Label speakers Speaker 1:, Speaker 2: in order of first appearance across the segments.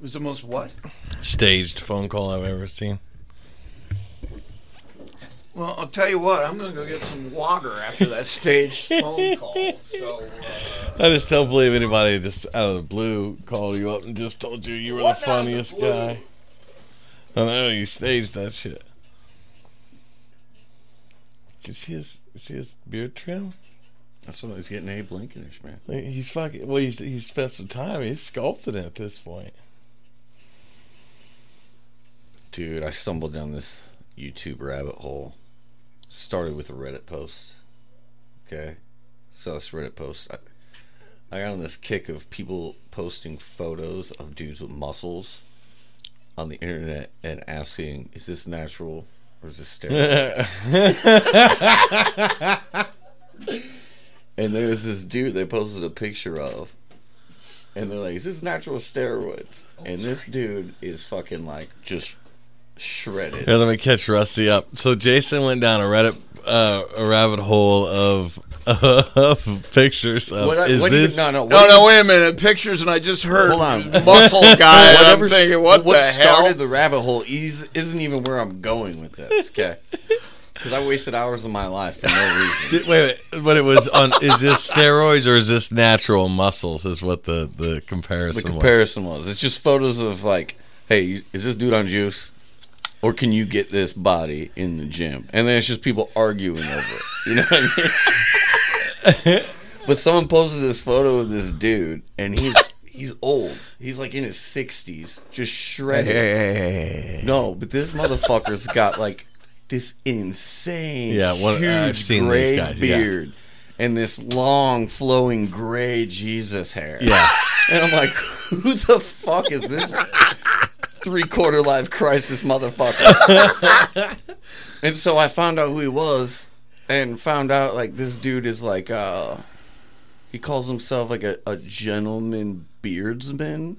Speaker 1: was the most what?
Speaker 2: Staged phone call I've ever seen.
Speaker 1: Well, I'll tell you what. I'm gonna go get some water after that staged phone call. So. Uh,
Speaker 2: I just don't believe anybody just out of the blue called you up and just told you you were
Speaker 1: What out
Speaker 2: the
Speaker 1: of the
Speaker 2: funniest
Speaker 1: blue?
Speaker 2: guy. I know you staged that shit. Did you see his see his beard trim?
Speaker 3: That's what he's getting Abe Lincolnish, man.
Speaker 2: Like, He's fucking well. He's he spent some time. He's sculpted it at this point.
Speaker 3: Dude, I stumbled down this YouTube rabbit hole. Started with a Reddit post. Okay. So this Reddit post. I, I got on this kick of people posting photos of dudes with muscles on the internet and asking, is this natural or is this steroid? and there was this dude they posted a picture of. And they're like, is this natural or steroids? and this dude is fucking like just shredded.
Speaker 2: Here, let me catch Rusty up. So Jason went down a Reddit uh, a rabbit hole of of pictures of
Speaker 3: What I-
Speaker 2: is
Speaker 3: what
Speaker 2: this
Speaker 3: you, no, no,
Speaker 1: no,
Speaker 3: what
Speaker 1: no,
Speaker 3: you-
Speaker 1: wait a minute. Pictures, and I just heard
Speaker 3: Hold on.
Speaker 1: muscle guy. and I'm
Speaker 3: whatever-
Speaker 1: thinking, what,
Speaker 3: what
Speaker 1: the
Speaker 3: started
Speaker 1: hell?
Speaker 3: the rabbit hole is, isn't even where I'm going with this. Okay, because I wasted hours of my life for no reason.
Speaker 2: Did- wait, wait, but it was on. Is this steroids or is this natural muscles? Is what the the
Speaker 3: the
Speaker 2: comparison,
Speaker 3: comparison was it's just photos of like, hey, you- is this dude on juice, or can you get this body in the gym? And then it's just people arguing over it. You know what I mean? but someone posted this photo of this dude, and he's he's old. He's like in his sixties, just
Speaker 2: was.
Speaker 3: shredded. No, but this motherfucker's got like this insane,
Speaker 2: Yeah,
Speaker 3: one,
Speaker 2: one-
Speaker 3: huge
Speaker 2: I've seen these
Speaker 3: gray
Speaker 2: guys, yeah.
Speaker 3: beard and this long flowing gray Jesus hair.
Speaker 2: Yeah,
Speaker 3: and I'm like, who the fuck is this three quarter life crisis motherfucker? and so I found out who he was, and found out like this dude is like, uh, he calls himself like a, a gentleman beardsman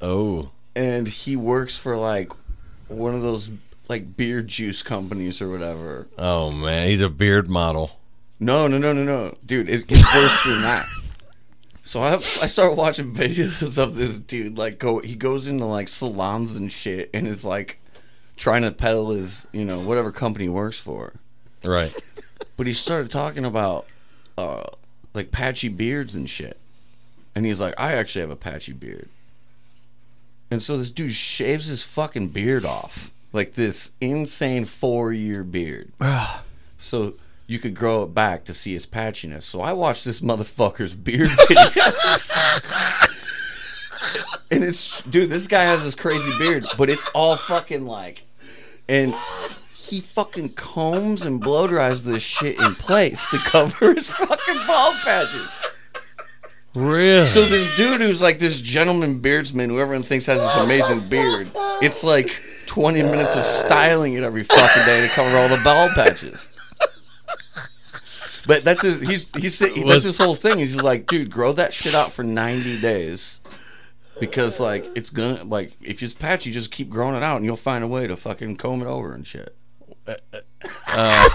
Speaker 2: Oh,
Speaker 3: and he works for like one of those like beer juice companies or whatever.
Speaker 2: oh man, he's a beard model.
Speaker 3: No, no, no, no, no, dude, it gets worse than that. So I I start watching videos of this dude like go he goes into like salons and shit and is like trying to peddle his you know whatever company he works for.
Speaker 2: Right.
Speaker 3: But he started talking about uh like patchy beards and shit. And he's like, I actually have a patchy beard. And so this dude shaves his fucking beard off. Like this insane four year beard. so you could grow it back to see his patchiness. So I watched this motherfucker's beard videos. and it's dude, this guy has this crazy beard, but it's all fucking like and he fucking combs and blow dries this shit in place to cover his fucking bald patches.
Speaker 2: Really?
Speaker 3: So this dude who's like this gentleman beardsman who everyone thinks has this amazing beard, it's like 20 minutes of styling it every fucking day to cover all the bald patches. But that's his. He's he's that's
Speaker 2: Was-
Speaker 3: his whole thing. He's just like, dude, grow that shit out for 90 days. Because like it's gonna like if it's patchy, just keep growing it out and you'll find a way to fucking comb it over and shit.
Speaker 2: Uh,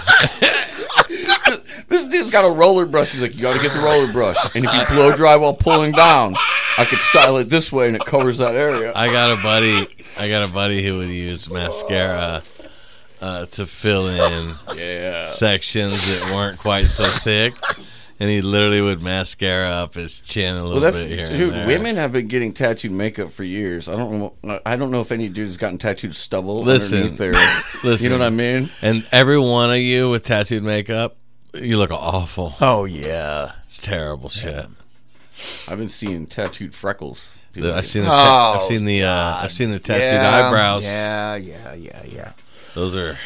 Speaker 3: this dude's got a roller brush. He's like, you got to get the roller brush, and if you blow dry while pulling down, I could style it this way and it covers that area.
Speaker 2: I got a buddy. I got a buddy who would use mascara uh, to fill in
Speaker 3: yeah,
Speaker 2: sections that weren't quite so thick, and he literally would mascara up his chin a little
Speaker 3: well, that's
Speaker 2: bit here. and
Speaker 3: dude.
Speaker 2: there.
Speaker 3: Women have been getting tattooed makeup for years. I don't know. I don't know if any dude's gotten tattooed stubble
Speaker 2: Listen,
Speaker 3: underneath their.
Speaker 2: listen.
Speaker 3: You know what I mean?
Speaker 2: And every one of you with tattooed makeup, you look awful.
Speaker 1: Oh yeah.
Speaker 2: It's terrible shit.
Speaker 3: I've been seeing tattooed freckles.
Speaker 2: The- I've seen the
Speaker 1: Oh,
Speaker 2: I've seen the uh, I've seen the tattooed
Speaker 1: yeah,
Speaker 2: eyebrows.
Speaker 1: Yeah, yeah, yeah, yeah.
Speaker 2: Those are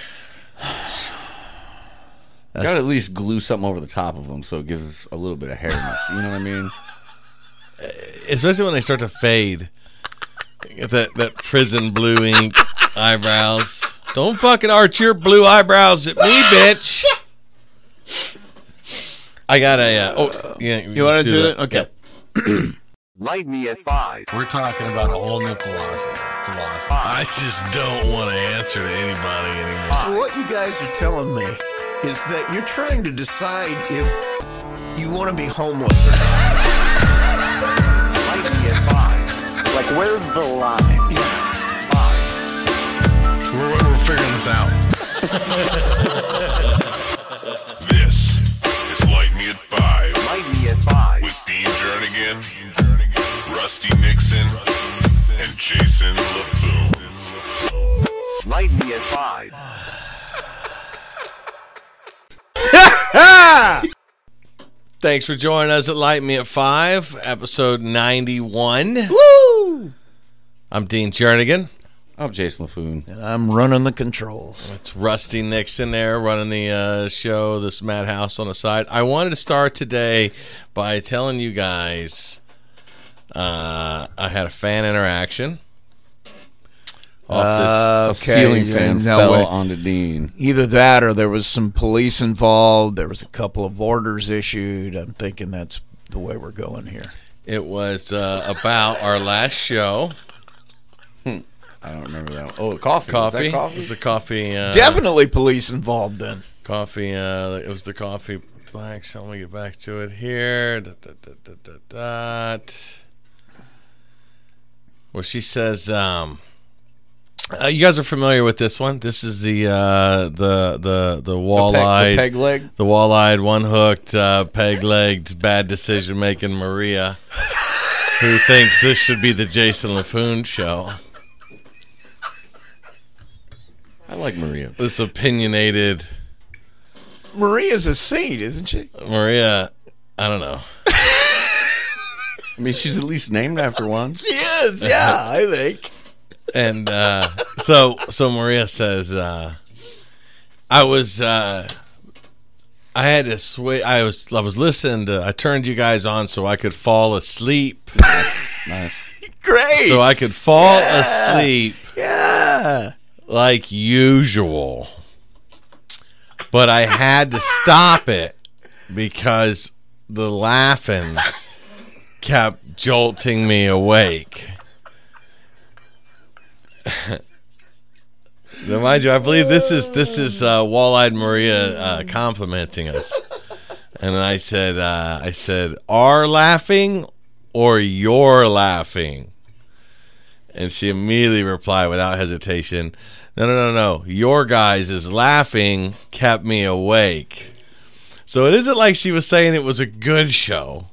Speaker 3: got to at least glue something over the top of them so it gives us a little bit of hairiness. You know what I mean?
Speaker 2: especially when they start to fade. Get that that prison blue ink eyebrows. Don't fucking arch your blue eyebrows at me, bitch. I got a uh, oh yeah.
Speaker 1: You want to do that? Okay.
Speaker 4: Light me at five.
Speaker 2: We're talking about a whole new philosophy. philosophy. I just don't want to answer to anybody anymore.
Speaker 1: So what you guys are telling me is that you're trying to decide if you want to be homeless or not.
Speaker 4: Light me at five. Like, where's the line?
Speaker 5: We're, we're figuring this out. this is Light Me at 5
Speaker 4: Light me at five.
Speaker 5: with Dean Jernigan, Rusty Nixon, and Jason LeFou.
Speaker 4: Light me at five.
Speaker 2: Thanks for joining us at Light Me at Five, episode ninety-one. Woo! I'm Dean Jernigan.
Speaker 3: I'm Oh, Jason LaFoon.
Speaker 1: I'm running the controls.
Speaker 2: It's Rusty Nixon there running the uh, show, this madhouse on the side. I wanted to start today by telling you guys uh, I had a fan interaction. Off
Speaker 3: A
Speaker 1: Okay,
Speaker 3: ceiling
Speaker 1: yeah,
Speaker 3: fan
Speaker 1: no
Speaker 3: fell
Speaker 1: way.
Speaker 3: onto Dean.
Speaker 1: Either that or there was some police involved. There was a couple of orders issued. I'm thinking that's the way we're going here.
Speaker 2: this, it was uh, about our last show.
Speaker 3: I don't remember that. One. Oh, coffee. Was
Speaker 2: Coffee.
Speaker 3: that
Speaker 2: It
Speaker 3: coffee?
Speaker 2: was a coffee. Uh,
Speaker 1: Definitely police involved then.
Speaker 2: coffee. Uh, it was the coffee black. So let me get back to it here. Dot, dot, dot, dot, dot, dot. Well, she says, um, uh, "You guys are familiar with this one. This is the uh, the the the
Speaker 3: The
Speaker 2: walleye,
Speaker 3: peg, the peg leg.
Speaker 2: the walleyed, one hooked, uh, peg legged, bad decision making Maria, who thinks this should be the Jason LaFoon show."
Speaker 3: I like Maria.
Speaker 2: This opinionated
Speaker 1: Maria's a saint, isn't she?
Speaker 2: Maria. I don't know.
Speaker 3: I mean, she's at least named after one.
Speaker 1: She is, yeah, I think.
Speaker 2: and uh, so so Maria says, uh, I was uh, I had to switch. I was I was listening to. I turned you guys on so I could fall asleep.
Speaker 3: Nice.
Speaker 1: Great.
Speaker 2: so I could fall asleep
Speaker 1: yeah.
Speaker 2: like usual. But I had to stop it because the laughing kept jolting me awake. now, mind you, I believe this is this is uh, Wall-eyed Maria uh, complimenting us, and I said, uh, I said, "Are laughing or you're laughing?" And she immediately replied without hesitation, No, no, no, no. Your guys is laughing kept me awake. So it isn't like she was saying it was a good show.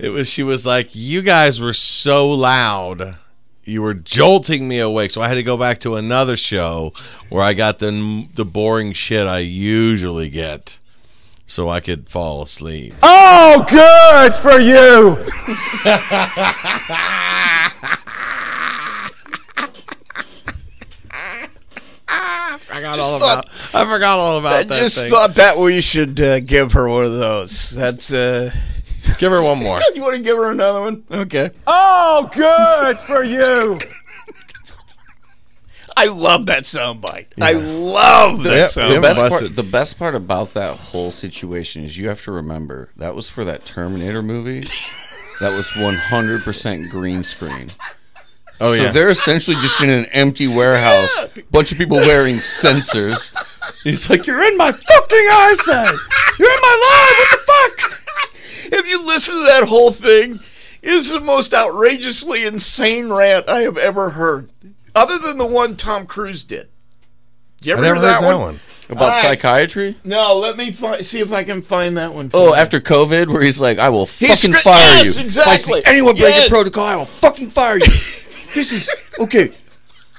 Speaker 2: It was, she was like, You guys were so loud. You were jolting me awake. So I had to go back to another show where I got the, the boring shit I usually get so I could fall asleep.
Speaker 6: Oh, good for you.
Speaker 1: I got
Speaker 2: Just thought- I forgot all about
Speaker 1: I
Speaker 2: that.
Speaker 1: just
Speaker 2: thing.
Speaker 1: thought that we should uh, give her one of those. That's uh
Speaker 2: Give her one more.
Speaker 1: You want to give her another one? Okay.
Speaker 6: Oh, good for you.
Speaker 1: I love that soundbite. I love that
Speaker 2: Yep,
Speaker 1: soundbite.
Speaker 2: yep.
Speaker 3: The best,
Speaker 2: Bless
Speaker 3: part,
Speaker 2: it.
Speaker 3: the best part about that whole situation is you have to remember that was for that Terminator movie. That was 100% green screen.
Speaker 2: Oh,
Speaker 3: So
Speaker 2: yeah.
Speaker 3: they're essentially just in an empty warehouse, bunch of people wearing sensors.
Speaker 6: He's like, you're in my fucking arson. You're in my life. What the fuck?
Speaker 1: If you listen to that whole thing, it's the most outrageously insane rant I have ever heard, other than the one Tom Cruise did. Did you ever
Speaker 2: I never
Speaker 1: hear
Speaker 2: heard that one.
Speaker 3: About
Speaker 1: All right.
Speaker 3: psychiatry?
Speaker 1: No, let me fi- see if I can find that one. for
Speaker 3: Oh,
Speaker 1: you.
Speaker 3: after COVID, where he's like, I will
Speaker 1: He's
Speaker 3: fucking
Speaker 1: scr-
Speaker 3: fire
Speaker 1: yes,
Speaker 3: you.
Speaker 1: exactly.
Speaker 3: If I see anyone breaking
Speaker 1: Yes.
Speaker 3: protocol, I will fucking fire you. this is okay.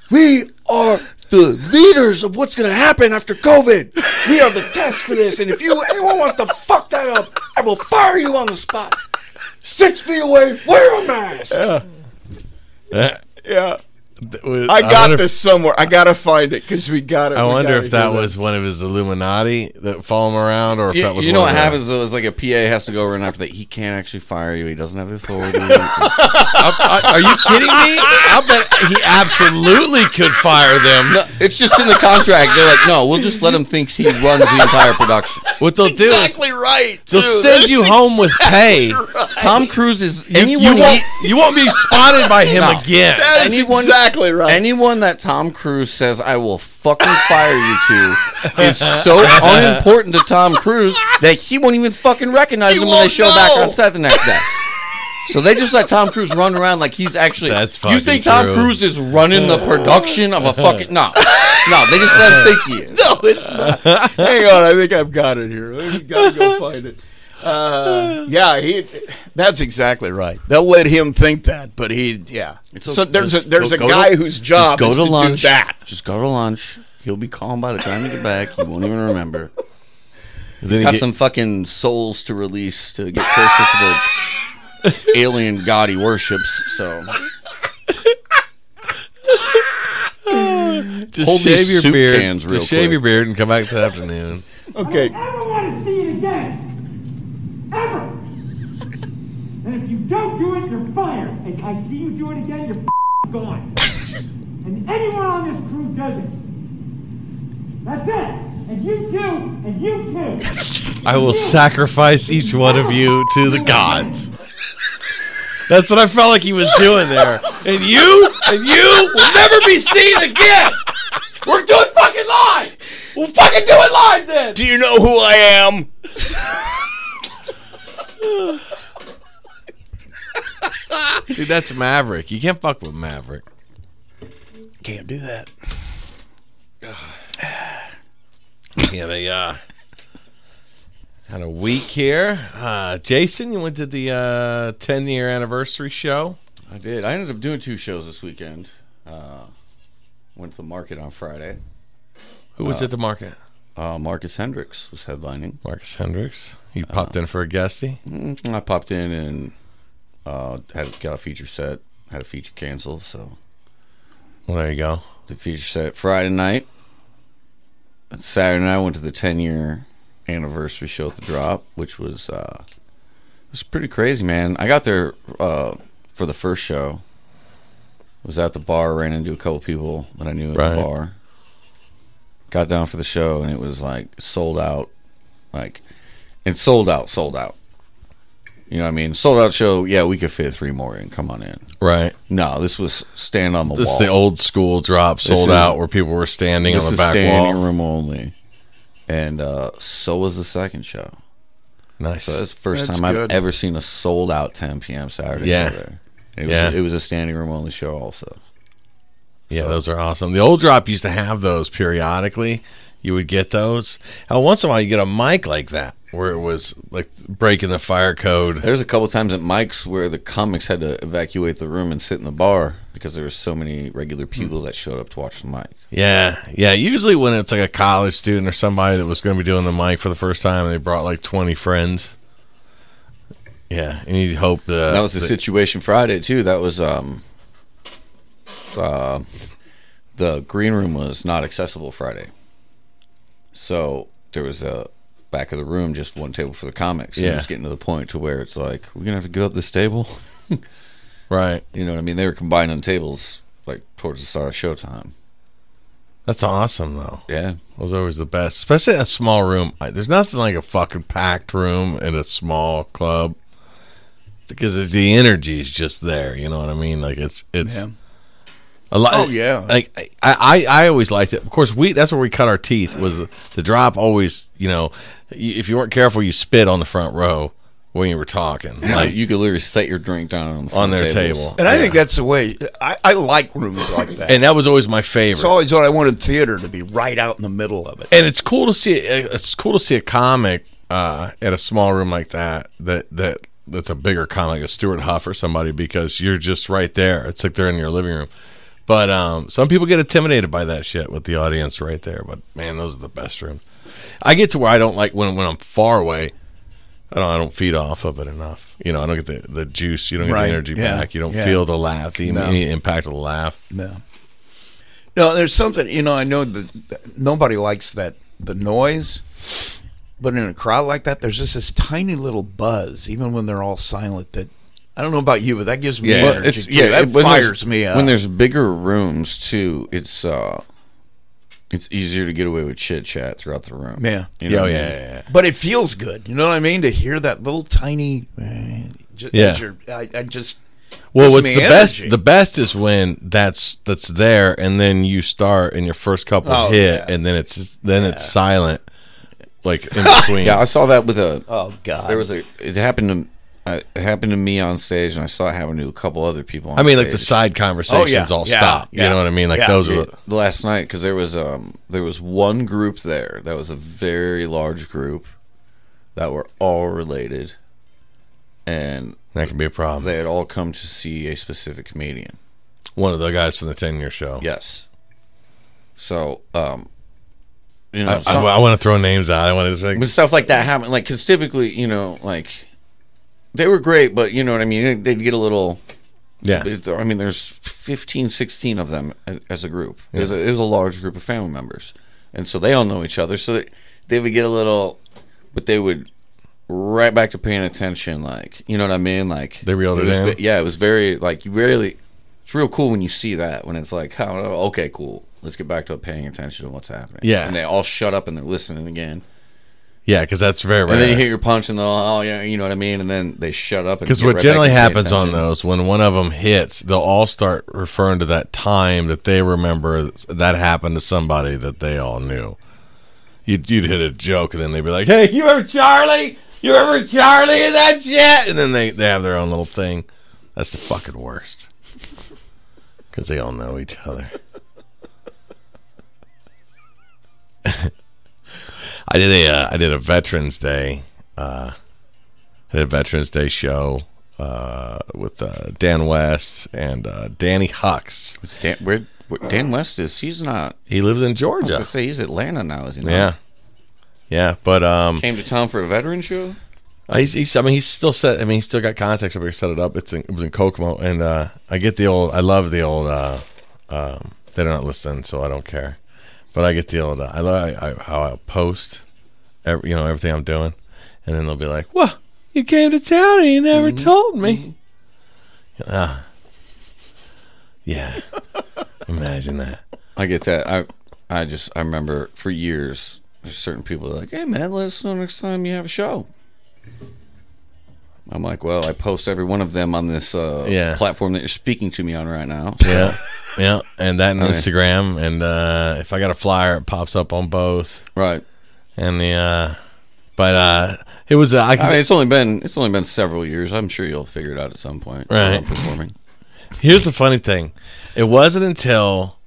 Speaker 3: We are the leaders of what's gonna happen after COVID.
Speaker 6: We are the test for this, and if you anyone wants to fuck that up, I will fire you on the spot. Six feet away, wear a mask.
Speaker 2: That-
Speaker 1: yeah,
Speaker 2: that was-
Speaker 1: I got
Speaker 2: wonder if-
Speaker 1: this somewhere. I gotta find it because we got it.
Speaker 2: I
Speaker 1: We
Speaker 2: wonder
Speaker 1: gotta
Speaker 2: if that
Speaker 1: do
Speaker 2: was one of his Illuminati that follow him around, or if that
Speaker 3: You,
Speaker 2: was.
Speaker 3: you know
Speaker 2: one
Speaker 3: what
Speaker 2: of the-
Speaker 3: happens though is like a PA has to go over and after that he can't actually fire you. He doesn't have the authority.
Speaker 2: I- I- are you kidding me? I bet he absolutely could fire them.
Speaker 3: no, it's just in the contract. They're like, no, we'll just let him think he runs the entire production.
Speaker 2: What they'll do is
Speaker 1: exactly right.
Speaker 2: they'll
Speaker 1: too.
Speaker 2: send you home with pay.
Speaker 3: Tom Cruise is
Speaker 2: You-
Speaker 3: anyone.
Speaker 2: you
Speaker 3: he-
Speaker 2: won't you won't be spotted by him
Speaker 3: No.
Speaker 2: again.
Speaker 1: That is
Speaker 3: anyone-
Speaker 1: exactly right.
Speaker 3: Anyone that Tom Cruise says I will fucking fire you to is so unimportant to Tom Cruise that he won't even fucking recognize
Speaker 1: He
Speaker 3: them when they
Speaker 1: won't
Speaker 3: show back
Speaker 1: know.
Speaker 3: on set the next day. So they just let Tom Cruise run around like he's actually.
Speaker 2: That's
Speaker 3: You
Speaker 2: fucking
Speaker 3: think Tom
Speaker 2: true.
Speaker 3: Cruise is running the production of a fucking no, no? They just let him think he is.
Speaker 1: No, it's not. Hang on, I think I've got it here. I gotta go find it. Uh, yeah, he. That's exactly right. They'll let him think that, but he, yeah.
Speaker 3: It's
Speaker 1: So
Speaker 3: okay.
Speaker 1: there's a,
Speaker 3: Just
Speaker 1: there's
Speaker 3: go-
Speaker 1: a
Speaker 3: go
Speaker 1: guy
Speaker 3: to-
Speaker 1: whose job
Speaker 3: just go
Speaker 1: is
Speaker 3: to,
Speaker 1: do
Speaker 3: lunch.
Speaker 1: that.
Speaker 3: Just go to lunch. He'll be calm by the time you get back. He won't even remember.
Speaker 2: Then
Speaker 3: He's
Speaker 2: he
Speaker 3: got
Speaker 2: get-
Speaker 3: some fucking souls to release to get closer to the alien god he worships. So
Speaker 2: just
Speaker 3: hold these
Speaker 2: shave your
Speaker 3: soup
Speaker 2: beard.
Speaker 3: cans real
Speaker 2: just shave
Speaker 3: quick.
Speaker 2: your beard and come back this afternoon.
Speaker 1: Okay.
Speaker 7: ever want to see it again. Ever. And if you don't do it, you're fired. And I see you do it again, you're f***ing gone. and anyone on this crew does it. That's it. And you too. And you too.
Speaker 2: I will sacrifice each one of you to the gods. That's what I felt like he was doing there. And you, and you will never be seen again. We're doing fucking live. We'll fucking do it live then.
Speaker 1: Do you know who I am?
Speaker 2: Dude, that's Maverick. You can't fuck with Maverick.
Speaker 6: Can't do that.
Speaker 2: Yeah, they uh had a week here. Uh Jason, you went to the uh ten year anniversary show.
Speaker 3: I did. I ended up doing two shows this weekend. Uh, went to the market on Friday.
Speaker 2: Who was at the market?
Speaker 3: Uh, Marcus Hendricks was headlining.
Speaker 2: Marcus Hendricks. He popped in for a guestie.
Speaker 3: Mm, I popped in and uh, had got a feature set. Had a feature canceled, so
Speaker 2: Well, there you go.
Speaker 3: the feature set Friday night. And Saturday night, I went to the ten year anniversary show at the Drop, which was uh, it was pretty crazy, man. I got there uh, for the first show. Was at the bar, ran into a couple people that I knew at
Speaker 2: Right.
Speaker 3: the bar. Got down for the show, and it was like sold out, like, and sold out, sold out. You know what I mean? Sold out show. Yeah, we could fit three more in. Come on in.
Speaker 2: Right.
Speaker 3: No, this was stand on the
Speaker 2: This
Speaker 3: wall.
Speaker 2: is the old school drop sold
Speaker 3: is-
Speaker 2: out where people were standing
Speaker 3: This
Speaker 2: on the
Speaker 3: is
Speaker 2: back
Speaker 3: standing
Speaker 2: wall.
Speaker 3: room only. And uh, so was the second show.
Speaker 2: Nice.
Speaker 3: So that's the first
Speaker 1: That's
Speaker 3: time
Speaker 1: good.
Speaker 3: I've ever seen a sold out 10 p.m. Saturday
Speaker 2: Yeah.
Speaker 3: show there. It was,
Speaker 2: Yeah.
Speaker 3: it was a standing room only show also.
Speaker 2: Yeah, those are awesome. The old drop used to have those periodically. You would get those. Now, once in a while, you get a mic like that where it was like breaking the fire code.
Speaker 3: There's a couple times at Mike's where the comics had to evacuate the room and sit in the bar because there were so many regular
Speaker 2: Hmm.
Speaker 3: people that showed up to watch the mic.
Speaker 2: Yeah, yeah. Usually, when it's like a college student or somebody that was going to be doing the mic for the first time, and they brought like twenty friends. Yeah, and you hope uh,
Speaker 3: that was the
Speaker 2: that-
Speaker 3: situation Friday too. That was um uh the green room was not accessible Friday. So there was a back of the room just one table for the comics. Yeah.
Speaker 2: Yeah.
Speaker 3: It was getting to the point to where it's like, we're gonna have to give up this table.
Speaker 2: right.
Speaker 3: You know what I mean? They were combining tables like towards the start of showtime.
Speaker 2: That's awesome, though.
Speaker 3: Yeah.
Speaker 2: Those are always the best, especially in a small room. I- There's nothing like a fucking packed room in a small club because it's, the energy is just there. You know what I mean? Like it's it's a lot.
Speaker 1: Oh, yeah.
Speaker 2: Like I, I I always liked it. Of course, we that's where we cut our teeth. Was the, the drop always? You know, y- if you weren't careful, you spit on the front row when you were talking.
Speaker 3: Like
Speaker 2: Like
Speaker 3: you could literally set your drink down on, the
Speaker 2: on
Speaker 3: front
Speaker 2: their
Speaker 3: tables.
Speaker 2: table.
Speaker 1: And I think that's the way. I, I like rooms like that.
Speaker 2: and that was always my favorite.
Speaker 1: it's always what I wanted theater to be right out in the middle of it.
Speaker 2: and it's cool to see it's cool to see a comic uh, at a small room like that that that that's a bigger comic, like a Stuart Huff or somebody, because you're just right there. It's like they're in your living room. But um, some people get intimidated by that shit with the audience right there. But man, those are the best rooms. I get to where I don't like when when I'm far away. I don't I don't feed off of it enough. You know, I don't get the, the juice. You don't get
Speaker 1: Right,
Speaker 2: the energy
Speaker 1: yeah,
Speaker 2: back. You don't
Speaker 1: yeah.
Speaker 2: feel the laugh, the
Speaker 1: No.
Speaker 2: immediate impact of the laugh.
Speaker 1: No. No, there's something you know. I know that that nobody likes that the noise, but in a crowd like that, there's just this tiny little buzz, even when they're all silent. That I don't know about you, but that gives me
Speaker 2: Yeah.
Speaker 1: energy.
Speaker 3: it's
Speaker 1: too.
Speaker 3: yeah,
Speaker 1: that
Speaker 3: it- when there's-
Speaker 1: fires me up.
Speaker 3: When there's bigger rooms too, it's uh it's easier to get away with chit chat throughout the room.
Speaker 1: Yeah.
Speaker 3: You know
Speaker 2: Yeah, oh,
Speaker 3: what I
Speaker 2: yeah,
Speaker 3: mean?
Speaker 2: yeah, yeah.
Speaker 1: but it feels good. You know what I mean? To hear that little tiny, eh, ju-
Speaker 2: Yeah.
Speaker 1: as you're- I, I just
Speaker 2: Well,
Speaker 1: gives
Speaker 2: what's
Speaker 1: me
Speaker 2: the
Speaker 1: energy.
Speaker 2: best? The best is when that's that's there, and then you start, and your first couple
Speaker 1: Oh,
Speaker 2: hit,
Speaker 1: yeah.
Speaker 2: and then it's then it's silent, like in between.
Speaker 3: Yeah, I saw that with a.
Speaker 1: oh god,
Speaker 3: There was a. It happened to. I, it happened to me on stage, and I saw it happen to a couple other people. On
Speaker 2: I mean, like the
Speaker 3: stage.
Speaker 2: side conversations
Speaker 1: Oh, yeah,
Speaker 2: all
Speaker 1: yeah,
Speaker 2: stop.
Speaker 1: yeah.
Speaker 2: You know what I mean? Like
Speaker 1: Yeah.
Speaker 2: those are.
Speaker 3: last night because there was um there was one group there that was a very large group that were all related, and
Speaker 2: That can be a problem.
Speaker 3: they had all come to see a specific comedian.
Speaker 2: One of the guys from the ten year show.
Speaker 3: Yes. So um, you
Speaker 2: I,
Speaker 3: know, some-
Speaker 2: want to throw names out. I want to.
Speaker 3: when stuff like that happened, like because typically, you know, like they were great, but you know what I mean. They'd get a little.
Speaker 2: yeah.
Speaker 3: I mean, there's 15, 16 of them a- as a group. It, was a, it was a large group of family members, and so they all know each other. So they, they would get a little, but they would right back to paying attention. Like you know what I mean? Like
Speaker 2: They reeled it
Speaker 3: was
Speaker 2: in?
Speaker 3: ve- Yeah, it was very like you really. It's real cool when you see that when it's like, oh, okay, cool. Let's get back to paying attention to what's happening.
Speaker 2: Yeah.
Speaker 3: and they all shut up and they're listening again.
Speaker 2: Yeah, because that's very
Speaker 3: And then you
Speaker 2: rare.
Speaker 3: hit your punch and they're all, oh yeah, you know what I mean. And then they shut up. and
Speaker 2: Because
Speaker 3: get
Speaker 2: what
Speaker 3: right
Speaker 2: generally
Speaker 3: back to pay
Speaker 2: happens on
Speaker 3: attention.
Speaker 2: those, when one of them hits, they'll all start referring to that time that they remember that happened to somebody that they all knew. You'd, you'd hit a joke, and then they'd be like, "Hey, you remember Charlie? You remember Charlie and that shit?" And then they they have their own little thing. That's the fucking worst. Because they all know each other. I did a uh, I did a Veterans Day I did a Veterans Day show uh, with uh, Dan West and uh, Danny Hucks.
Speaker 3: It's Dan, where, where- Dan West is. He's not.
Speaker 2: He lives in
Speaker 3: I was
Speaker 2: Georgia.
Speaker 3: gonna say he's Atlanta now, is he? Not?
Speaker 2: Yeah, yeah, but um,
Speaker 3: Came to town for a veteran show.
Speaker 2: Uh, He's, he's, I mean, he's still set. I mean, he's still got contacts over here. Set it up. It's in, it was in Kokomo, and uh, I get the old. I love the old. Uh, um, they're not listening, so I don't care. But I get the old. Uh, I love I, I, how I post, every, you know, everything I'm doing, and then they'll be like, "What? You came to town and you never told me." Ah. yeah. Imagine that.
Speaker 3: I get that. I I just I remember for years there's certain people that are like, hey man, let us know next time you have a show. I'm like, well, I post every one of them on this uh,
Speaker 2: Yeah.
Speaker 3: platform that you're speaking to me on right now.
Speaker 2: Yeah. Yeah, and that and
Speaker 3: Okay.
Speaker 2: Instagram, and uh, if I got a flyer, it pops up on both.
Speaker 3: Right.
Speaker 2: and the uh but uh it was uh, I,
Speaker 3: I mean, it's only been it's only been several years. I'm sure you'll figure it out at some point.
Speaker 2: Right.
Speaker 3: I'm performing.
Speaker 2: here's the funny thing it wasn't until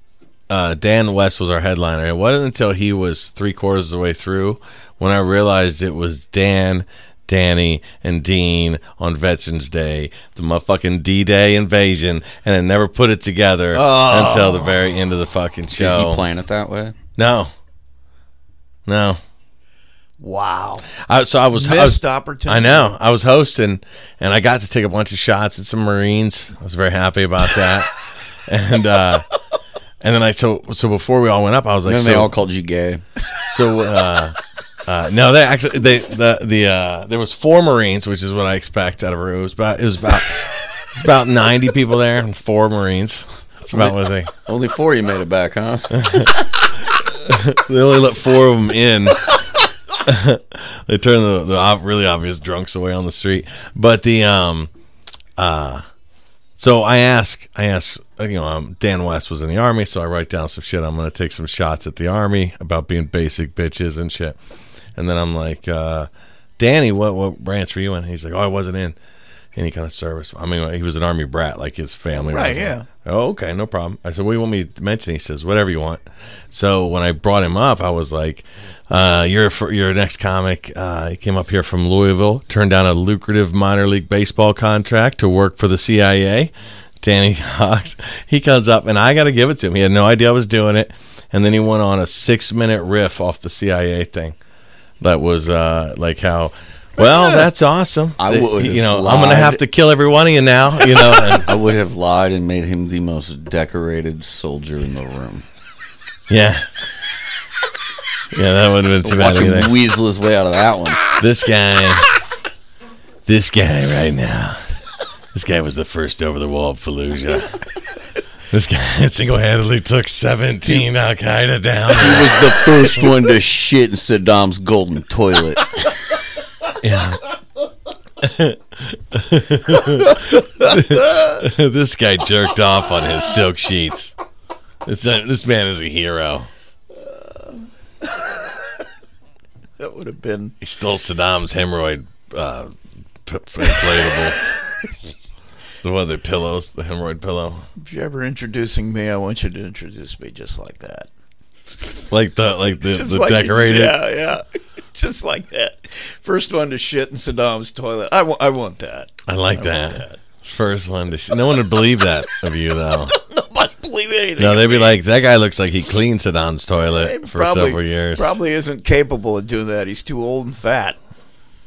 Speaker 2: uh dan west was our headliner it wasn't until he was three quarters of the way through when i realized it was dan danny and dean on veterans day the motherfucking d-day invasion and i never put it together until the very end of the fucking
Speaker 3: Did he
Speaker 2: show
Speaker 3: plan it that way?
Speaker 2: no no
Speaker 1: Wow.
Speaker 2: I, so i was I was-
Speaker 1: Missed opportunity.
Speaker 2: I know. I was hosting, and I got to take a bunch of shots at some Marines. I was very happy about that. and uh, and then I so so before we all went up, I was like,
Speaker 3: Then
Speaker 2: so,
Speaker 3: they all called you gay.
Speaker 2: so uh, uh, no, they actually they the the uh, there was four Marines, which is what I expect out of a It was about it was about it's about ninety people there and four Marines. That's about what they
Speaker 3: Only four of you made it back, huh?
Speaker 2: they only let four of them in. they turned the, the ob- really obvious drunks away on the street. But the um, uh, so I ask, I ask, you know, um, Dan West was in the army, so I write down some shit. I'm gonna take some shots at the army about being basic bitches and shit. And then I'm like, uh, Danny, what what branch were you in? He's like, oh, I wasn't in any kind of service. I mean, he was an army brat, like his family.
Speaker 1: Right,
Speaker 2: was.
Speaker 1: yeah.
Speaker 2: Oh, okay, no problem. I said, what do you want me to mention? He says, whatever you want. So when I brought him up, I was like, uh, you're for, you're an ex comic. Uh, he came up here from Louisville, turned down a lucrative minor league baseball contract to work for the CIA. Danny Hawks, he comes up, and I got to give it to him. He had no idea I was doing it. And then he went on a six minute riff off the CIA thing that was uh, like how well that's awesome
Speaker 3: I
Speaker 2: They-
Speaker 3: would
Speaker 2: you know
Speaker 3: have
Speaker 2: i'm gonna
Speaker 3: lied.
Speaker 2: have to kill every one of you now you know and-
Speaker 3: I would have lied and made him the most decorated soldier in the room.
Speaker 2: yeah yeah that wouldn't have been too bad
Speaker 3: Watch him
Speaker 2: either
Speaker 3: weasel his way out of that one.
Speaker 2: this guy this guy right now this guy was the first over the wall of fallujah this guy single-handedly took 17 al-qaeda down
Speaker 3: He was the first one to shit in Saddam's golden toilet.
Speaker 2: Yeah. this guy jerked off on his silk sheets. This uh, this man is a hero.
Speaker 1: That would have been
Speaker 2: He stole Saddam's hemorrhoid uh, p- inflatable. the one that pillows, the hemorrhoid pillow,
Speaker 1: If you're ever introducing me, I want you to introduce me just like that.
Speaker 2: like the like the,
Speaker 1: Just
Speaker 2: the
Speaker 1: like-
Speaker 2: decorated.
Speaker 1: Yeah, yeah. Just like that. First one to shit in Saddam's toilet. I wa- I want that.
Speaker 2: I like that. First one to. Sh- no one would believe that of you though.
Speaker 1: Nobody believe anything.
Speaker 2: No, they'd be like, that guy looks like he cleaned Sedan's
Speaker 1: He
Speaker 2: toilet for several years.
Speaker 1: Probably isn't capable of doing that. He's too old and fat.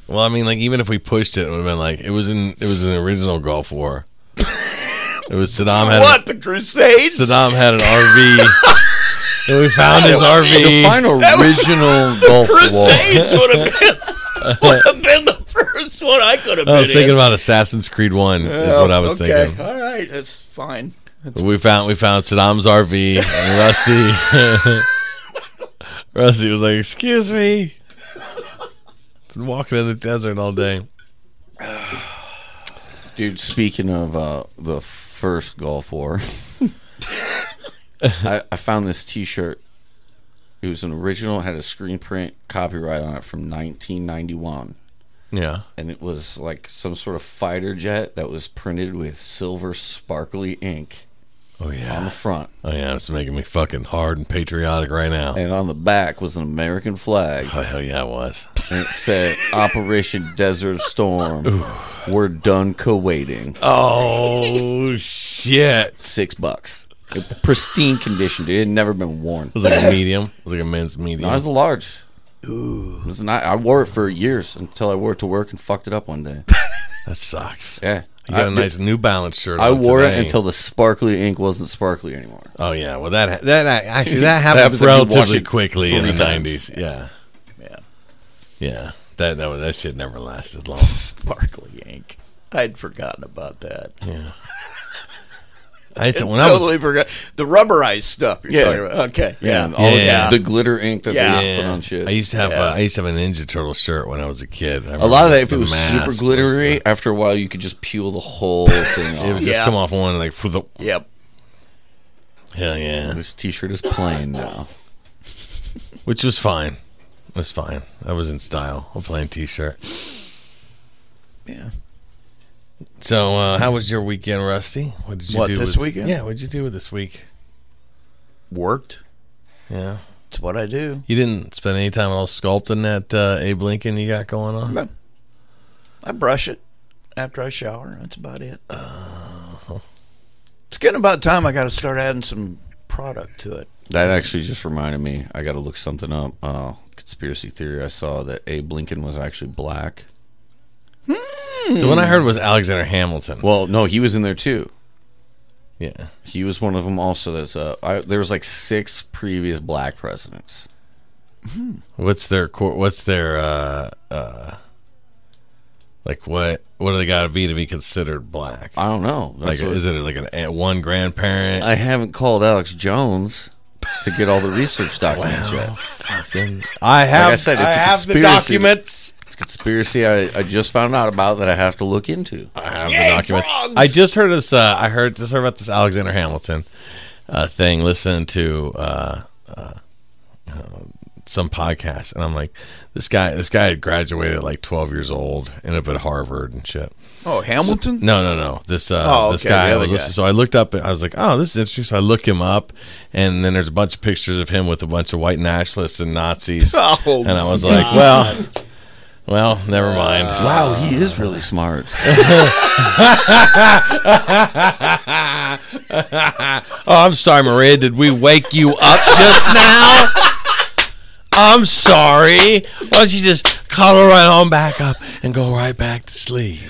Speaker 2: Well, I mean, like even if we pushed it, it would have been like it was in it was an original Gulf War. it was Saddam had
Speaker 1: What the Crusades?
Speaker 2: Saddam had an RV. and we found his
Speaker 3: The
Speaker 2: RV.
Speaker 3: final original Gulf War.
Speaker 1: Crusades would have been would have been the first one I could have been.
Speaker 2: I was thinking
Speaker 1: in.
Speaker 2: about Assassin's Creed One. is
Speaker 1: Oh,
Speaker 2: what I was
Speaker 1: okay.
Speaker 2: thinking.
Speaker 1: All right, that's fine. That's
Speaker 2: But we found we found Saddam's RV and Rusty. Rusty was like, "Excuse me, been walking in the desert all day."
Speaker 3: Dude, speaking of uh, the first Gulf War, I, I found this T-shirt. It was an original, had a screen print copyright on it from 1991,
Speaker 2: Yeah,
Speaker 3: and it was like some sort of fighter jet that was printed with silver sparkly ink
Speaker 2: oh
Speaker 3: on
Speaker 2: yeah,
Speaker 3: the front,
Speaker 2: oh yeah. It's making me fucking hard and patriotic right now.
Speaker 3: and on the back was an American flag,
Speaker 2: Oh hell yeah, it was.
Speaker 3: and it said "Operation Desert Storm." We're done Kuwaiting.
Speaker 2: Oh shit! It
Speaker 3: Six bucks, pristine condition, dude. It had never been worn.
Speaker 2: was like a medium. It was like a men's medium.
Speaker 3: No, I was a large. Ooh. It was not, I wore it for years until I wore it to work and fucked it up one day.
Speaker 2: that sucks.
Speaker 3: Yeah.
Speaker 2: You got a
Speaker 3: I-
Speaker 2: nice New Balance shirt.
Speaker 3: I
Speaker 2: on
Speaker 3: wore
Speaker 2: today.
Speaker 3: it until the sparkly ink wasn't sparkly anymore.
Speaker 2: Oh yeah, well that that actually that happened
Speaker 3: happens if you wash
Speaker 2: relatively
Speaker 3: it
Speaker 2: quickly in the
Speaker 3: three times.
Speaker 2: nineties. Yeah,
Speaker 1: yeah.
Speaker 2: yeah. That that was, that shit never lasted long.
Speaker 1: Sparkly ink. I'd forgotten about that.
Speaker 2: Yeah. I had to- when
Speaker 1: totally
Speaker 2: I was
Speaker 1: forgot the rubberized stuff. You're
Speaker 3: Yeah.
Speaker 1: talking about. Okay.
Speaker 3: Yeah.
Speaker 1: Yeah.
Speaker 3: and all of
Speaker 2: Yeah.
Speaker 3: The, the glitter ink that
Speaker 1: Yeah.
Speaker 3: they
Speaker 2: yeah,
Speaker 3: put on shit.
Speaker 2: I used to have
Speaker 1: Yeah.
Speaker 2: uh, I used to have a Ninja Turtle shirt when I was a kid. I
Speaker 3: a lot
Speaker 2: remember
Speaker 3: of that, if
Speaker 2: the
Speaker 3: it was
Speaker 2: mask
Speaker 3: super
Speaker 2: was
Speaker 3: glittery,
Speaker 2: the-
Speaker 3: after a while you could just peel the whole thing
Speaker 2: it would
Speaker 3: off.
Speaker 2: just
Speaker 1: Yeah.
Speaker 2: come off one like for the
Speaker 1: Yep.
Speaker 2: hell yeah,
Speaker 3: This T-shirt is plain now.
Speaker 2: which was fine. It was fine. I was in style. A plain T-shirt.
Speaker 1: Yeah.
Speaker 2: So, uh, how was your weekend, Rusty? What did you
Speaker 1: What,
Speaker 2: do
Speaker 1: this
Speaker 2: with-
Speaker 1: weekend?
Speaker 2: Yeah, what did you do with this week?
Speaker 1: Worked.
Speaker 2: Yeah,
Speaker 1: It's what I do.
Speaker 2: you didn't spend any time at all sculpting that uh, Abe Lincoln you got going on.
Speaker 1: No. I brush it after I shower. That's about it. It's getting about time I got to start adding some product to it.
Speaker 3: That actually just reminded me. I got to look something up. Uh, conspiracy theory. I saw that Abe Lincoln was actually black.
Speaker 2: The one I heard was Alexander Hamilton.
Speaker 3: Well, no, he was in there too.
Speaker 2: yeah,
Speaker 3: He was one of them also. That's uh, I, there was like six previous black presidents.
Speaker 2: what's their cor- what's their uh uh like what what do they got to be to be considered black
Speaker 3: I don't know.
Speaker 2: like
Speaker 3: That's what-
Speaker 2: is it like an a- one grandparent
Speaker 3: I haven't called Alex Jones to get all the research documents yet.
Speaker 2: Fucking- I have
Speaker 3: Like I said, it's
Speaker 2: I
Speaker 3: a
Speaker 2: have the
Speaker 3: conspiracy.
Speaker 2: documents
Speaker 3: It's a conspiracy I, I just found out about that I have to look into.
Speaker 2: I have the documents I just heard this uh I heard just heard about this Alexander Hamilton uh thing listening to uh uh some podcast and I'm like this guy this guy had graduated at like 12 years old ended up at Harvard and shit
Speaker 1: Oh, Hamilton?
Speaker 2: No, no, no. This uh,
Speaker 1: Oh,
Speaker 2: this
Speaker 1: okay,
Speaker 2: guy.
Speaker 1: the
Speaker 2: I
Speaker 1: other
Speaker 2: was listening.
Speaker 1: guy.
Speaker 2: So I looked up. I was like, oh, this is interesting. So I look him up, and then there's a bunch of pictures of him with a bunch of white nationalists and Nazis.
Speaker 1: Oh,
Speaker 2: and I was like, well, well, never mind.
Speaker 3: Wow, Oh, he is really smart.
Speaker 2: Oh, I'm sorry, Maria. Did we wake you up just now? I'm sorry. Why don't you just cuddle right on back up and go right back to sleep?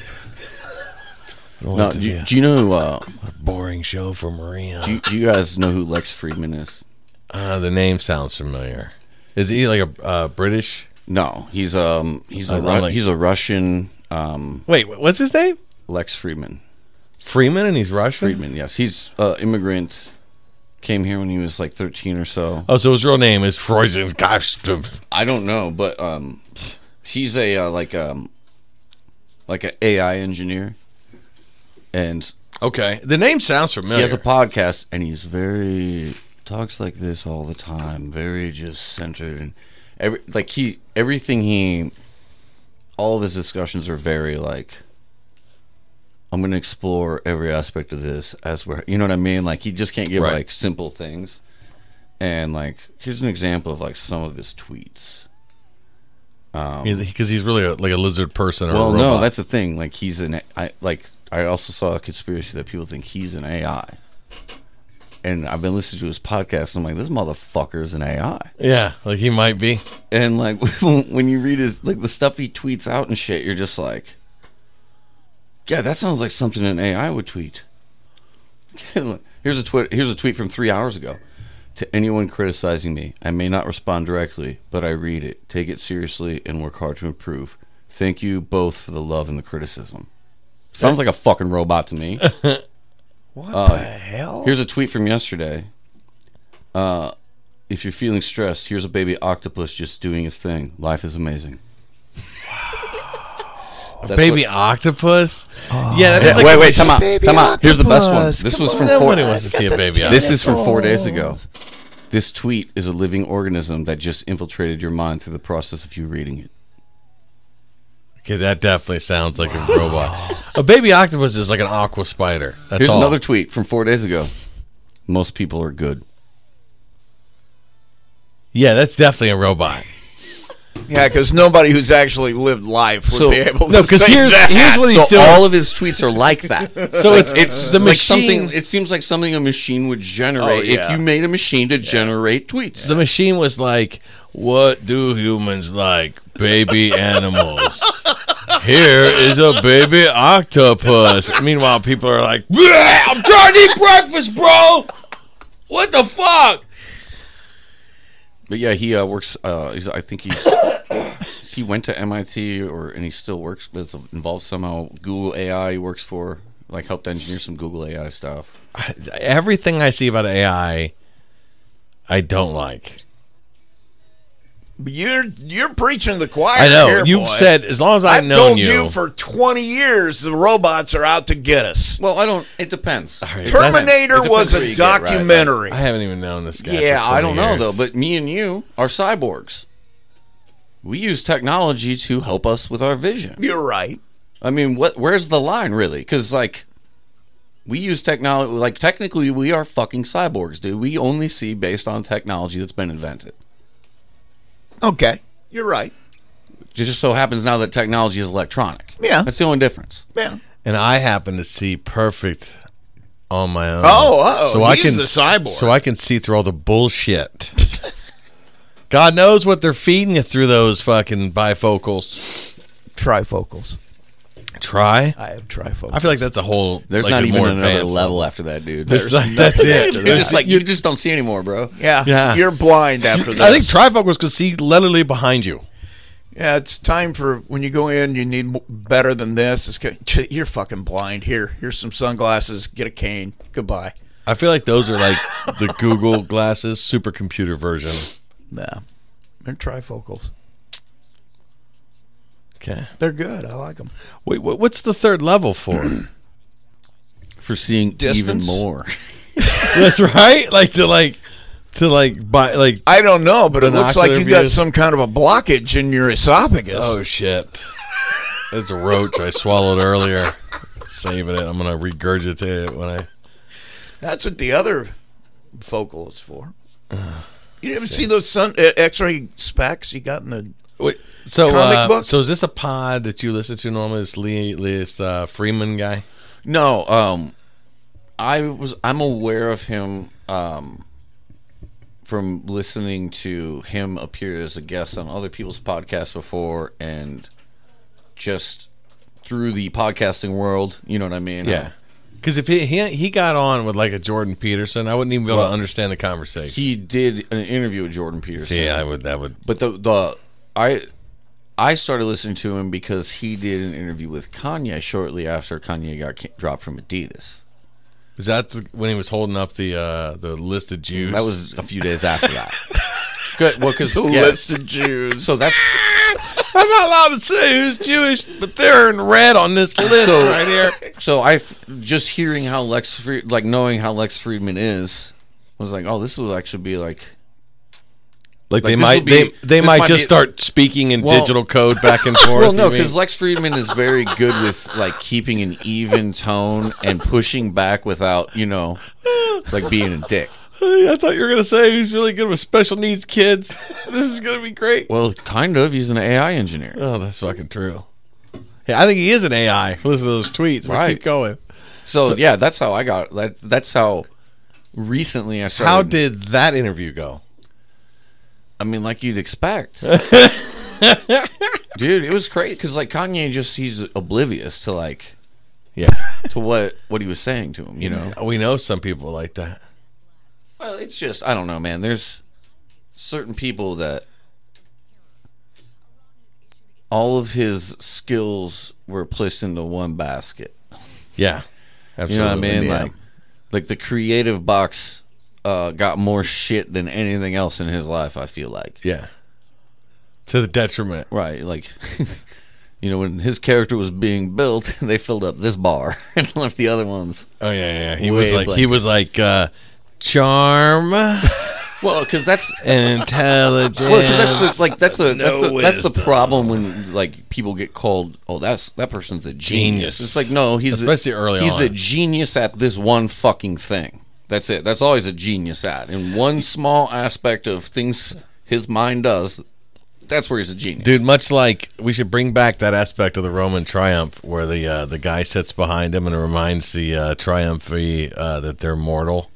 Speaker 2: I don't
Speaker 3: No,
Speaker 2: want to
Speaker 3: do,
Speaker 2: be
Speaker 3: you- do you know? who, Uh,
Speaker 2: a boring show for Maria.
Speaker 3: do, you, do you guys know who Lex Friedman is?
Speaker 2: Uh, the name sounds familiar. Is he like a uh, British?
Speaker 3: No, he's um he's a
Speaker 2: I'm
Speaker 3: Ru-
Speaker 2: like-
Speaker 3: he's a Russian um
Speaker 2: Wait, wh- what's his name?
Speaker 3: Lex Friedman.
Speaker 2: Freeman, and he's Russian.
Speaker 3: Friedman, yes, he's uh, immigrant. Came here when he was like 13 or so.
Speaker 2: Oh, so his real name is Freudian Kostov.
Speaker 3: I don't know, but um, he's a uh, like um, like an AI engineer, and
Speaker 2: Okay, the name sounds
Speaker 3: he
Speaker 2: familiar.
Speaker 3: has a podcast, and he's very talks like this all the time, very just centered and every like he everything he all of his discussions are very like I'm going to explore every aspect of this as we're you know what I mean like he just can't give
Speaker 2: Right.
Speaker 3: like simple things and like here's an example of like some of his tweets
Speaker 2: because he's really a, like a lizard person or a
Speaker 3: well
Speaker 2: robot.
Speaker 3: no that's the thing like he's an I like I also saw a conspiracy that people think he's an AI and I've been listening to his podcast and I'm like this motherfucker's an AI
Speaker 2: yeah, like he might be.
Speaker 3: and like when you read his like the stuff he tweets out and shit, you're just like, yeah, that sounds like something an AI would tweet. here's a tweet. Here's a tweet from three hours ago. To anyone criticizing me, I may not respond directly, but I read it, take it seriously, and work hard to improve. Thank you both for the love and the criticism. Sounds like a fucking robot to me.
Speaker 1: What
Speaker 3: Uh,
Speaker 1: the hell?
Speaker 3: Here's a tweet from yesterday. Uh, if you're feeling stressed, here's a baby octopus just doing his thing. Life is amazing. That's
Speaker 2: Baby
Speaker 3: what-
Speaker 2: octopus.
Speaker 1: Oh.
Speaker 2: yeah, that's
Speaker 3: Yeah,
Speaker 2: like
Speaker 3: wait, wait, time out,
Speaker 1: Baby
Speaker 3: time out. Here's the best one.
Speaker 1: octopus.
Speaker 3: This
Speaker 1: Come
Speaker 3: was
Speaker 1: on.
Speaker 3: from
Speaker 2: no
Speaker 3: four.
Speaker 2: one wants to see a baby.
Speaker 3: This
Speaker 2: octopus.
Speaker 3: is from four days ago. This tweet is a living organism that just infiltrated your mind through the process of you reading it.
Speaker 2: okay, that definitely sounds like a robot. A baby octopus is like an aqua spider. That's
Speaker 3: Here's
Speaker 2: all.
Speaker 3: another tweet from four days ago. Most people are good.
Speaker 2: yeah, that's definitely a robot.
Speaker 1: Yeah, because nobody who's actually lived life would
Speaker 3: So-
Speaker 1: be able to
Speaker 2: No, because
Speaker 1: say
Speaker 2: here's
Speaker 1: that.
Speaker 2: here's what he's
Speaker 3: so
Speaker 2: doing.
Speaker 3: all of his tweets are like that.
Speaker 2: so it's it's the
Speaker 3: like
Speaker 2: machine.
Speaker 3: something it seems like something a machine would generate
Speaker 1: Oh, yeah.
Speaker 3: if you made a machine to generate tweets
Speaker 2: the machine was like, "What do humans like? Baby animals." Here is a baby octopus. Meanwhile, people are like, "Yeah, "I'm trying to eat breakfast, bro." What the fuck?
Speaker 3: but yeah he uh, works uh, he's, i think he's he went to mit or and he still works but it's involved somehow google ai he works for like helped engineer some google ai stuff
Speaker 2: Everything I see about AI, I don't like.
Speaker 1: uh, You're you're preaching to the choir.
Speaker 2: I know
Speaker 1: here,
Speaker 2: you've
Speaker 1: boy.
Speaker 2: said as long as I've,
Speaker 1: I've
Speaker 2: known
Speaker 1: told you. for 20 years the robots are out to get us.
Speaker 3: well i don't it depends
Speaker 2: right, that's-
Speaker 1: Terminator
Speaker 3: depends
Speaker 1: was
Speaker 3: where
Speaker 1: a
Speaker 3: you get, right, right.
Speaker 1: documentary.
Speaker 2: I haven't even known this guy. for
Speaker 3: yeah
Speaker 2: 20
Speaker 3: i don't know
Speaker 2: years.
Speaker 3: though but me and you are cyborgs we use technology to help us with our vision
Speaker 1: You're right.
Speaker 3: I mean, what? Where's the line, really? Because like, we use technology. Like, technically, we are fucking cyborgs, dude. We only see based on technology that's been invented.
Speaker 1: Okay. You're right.
Speaker 3: It just so happens now that technology is electronic.
Speaker 1: Yeah.
Speaker 3: that's the only difference.
Speaker 1: Yeah.
Speaker 2: and I happen to see perfect on my own.
Speaker 1: Oh, uh-oh.
Speaker 2: so I
Speaker 1: He's
Speaker 2: can
Speaker 1: the cyborg.
Speaker 2: So I can see through all the bullshit. God knows what they're feeding you through those fucking bifocals.
Speaker 1: Trifocals.
Speaker 2: Try.
Speaker 1: I have trifocals.
Speaker 2: I feel like that's a whole.
Speaker 3: There's
Speaker 2: like,
Speaker 3: not
Speaker 2: a
Speaker 3: even
Speaker 2: more
Speaker 3: another
Speaker 2: advanced
Speaker 3: level
Speaker 2: one.
Speaker 3: after that, dude.
Speaker 2: There's
Speaker 3: There's
Speaker 2: like, that's it.
Speaker 3: you're just like you just don't see anymore, bro.
Speaker 1: yeah.
Speaker 2: Yeah.
Speaker 1: You're blind after this.
Speaker 2: I think trifocals could see literally behind you.
Speaker 1: Yeah, it's time for when you go in, you need mo- better than this. It's, ca- you're fucking blind. Here, here's some sunglasses. Get a cane. Goodbye.
Speaker 2: I feel like those are like the Google glasses supercomputer version.
Speaker 1: Nah. They're trifocals.
Speaker 2: Okay.
Speaker 1: They're good. I like them.
Speaker 2: Wait, what, what's the third level for?
Speaker 3: For seeing
Speaker 1: Distance?
Speaker 3: even more.
Speaker 2: that's right. Like to like to like buy like.
Speaker 1: I don't know, but it looks like
Speaker 2: Binocular
Speaker 1: you got
Speaker 2: views.
Speaker 1: some kind of a blockage in your esophagus.
Speaker 2: Oh shit! That's a roach I swallowed earlier. Saving it. I'm gonna regurgitate it when I.
Speaker 1: That's what the other focal is for.
Speaker 2: Uh,
Speaker 1: You ever see those sun uh, X-ray specs you got in the?
Speaker 2: Wait, so
Speaker 1: Comic
Speaker 2: uh,
Speaker 1: books?
Speaker 2: so is this a pod that you listen to normally? This Lee, this uh, Freeman guy.
Speaker 3: No, um, I was I'm aware of him um, from listening to him appear as a guest on other people's podcasts before, and just through the podcasting world, you know what I mean? Uh,
Speaker 2: because if he, he he got on with like a Jordan Peterson, I wouldn't even be able
Speaker 3: Well,
Speaker 2: to understand the conversation.
Speaker 3: he did an interview with Jordan Peterson.
Speaker 2: See, I would that would
Speaker 3: but the the I. I started listening to him because he did an interview with Kanye shortly after Kanye got ki- dropped from Adidas.
Speaker 2: was that the- when he was holding up the uh, the list of Jews.
Speaker 3: That was a few days after that. Good. Well, because
Speaker 1: of Jews.
Speaker 3: So that's
Speaker 2: I'm not allowed to say who's Jewish, but they're in red on this list
Speaker 3: So-
Speaker 2: right here.
Speaker 3: so I just hearing how Lex Fried, like knowing how Lex Friedman is, I was like, oh, this will actually be like
Speaker 2: Like,
Speaker 3: Like,
Speaker 2: they
Speaker 3: this
Speaker 2: might
Speaker 3: will be-
Speaker 2: they they
Speaker 3: this
Speaker 2: might
Speaker 3: might
Speaker 2: just
Speaker 3: be-
Speaker 2: start speaking in
Speaker 3: Well-
Speaker 2: digital code back and forth.
Speaker 3: Well, no,
Speaker 2: you mean?
Speaker 3: because Lex Friedman is very good with like keeping an even tone and pushing back without, you know, like being a dick.
Speaker 2: Hey, I thought you were gonna say he's really good with special needs kids. This is gonna be great.
Speaker 3: Well, kind of. He's an AI engineer.
Speaker 2: Oh, that's fucking true. Yeah, I think he is an AI. Listen to those tweets. Right.
Speaker 3: Right.
Speaker 2: keep going.
Speaker 3: So, yeah, that's how I got. That, that's how recently I started.
Speaker 2: How did that interview go?
Speaker 3: I mean, like you'd expect. Dude, it was crazy because like Kanye just he's oblivious to like
Speaker 2: Yeah,
Speaker 3: to what what he was saying to him. You know,
Speaker 2: we know some people like that.
Speaker 3: well, it's just I don't know, man. There's certain people that all of his skills were placed into one basket.
Speaker 2: Yeah, absolutely.
Speaker 3: You know what I mean?
Speaker 2: yeah.
Speaker 3: Like, like the creative box uh, got more shit than anything else in his life. I feel like.
Speaker 2: yeah, to the detriment.
Speaker 3: Right, like you know, when his character was being built, they filled up this bar and left the other ones.
Speaker 2: Oh yeah, yeah. yeah. He
Speaker 3: Way
Speaker 2: was like he
Speaker 3: blank.
Speaker 2: was like uh, charm
Speaker 3: Well, because that's
Speaker 2: and intelligence.
Speaker 3: well, 'cause that's the, like that's the that's
Speaker 2: No
Speaker 3: the, that's the
Speaker 2: wisdom.
Speaker 3: problem when like people get called oh that's that person's a genius.
Speaker 2: Genius.
Speaker 3: It's like no, he's
Speaker 2: Especially
Speaker 3: a,
Speaker 2: early
Speaker 3: He's a
Speaker 2: on.
Speaker 3: genius at this one fucking thing. That's it. That's all he's a genius at in one small aspect of things his mind does. That's where he's a genius.
Speaker 2: Dude, much like we should bring back that aspect of the Roman triumph where the uh, the guy sits behind him and reminds the uh, triumphy uh, that they're mortal,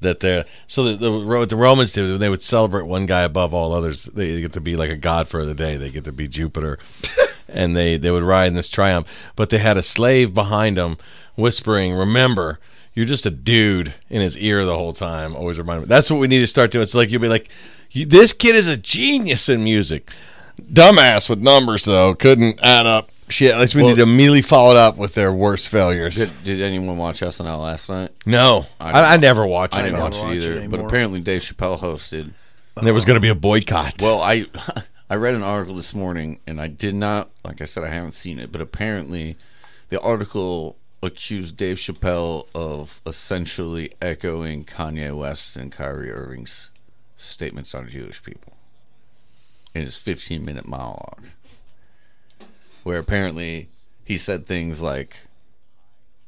Speaker 2: that they're so that the what the Romans did when they would celebrate one guy above all others. They get to be like a god for the day. They get to be Jupiter, and they they would ride in this triumph. But they had a slave behind him whispering, "Remember." You're just a dude in his ear the whole time. Always remind me. That's what we need to start doing. It's like you'll be like, "You- "This kid is a genius in music." dumbass with numbers though couldn't add up shit at least we need to immediately follow it up with their worst failures
Speaker 3: Did, did anyone watch SNL last night?
Speaker 2: no
Speaker 3: I
Speaker 2: I,
Speaker 3: don't
Speaker 2: I, never watched
Speaker 3: I
Speaker 2: it
Speaker 3: didn't
Speaker 1: don't
Speaker 3: watch it
Speaker 1: watch it
Speaker 3: either, but
Speaker 1: anymore.
Speaker 3: apparently Dave Chappelle hosted.
Speaker 2: there was going to be a boycott
Speaker 3: Well, I I read an article this morning, and I did not, like I said, I haven't seen it, but apparently, the article accused Dave Chappelle of essentially echoing Kanye West and Kyrie Irving's statements on Jewish people in his 15 minute monologue, where apparently he said things like.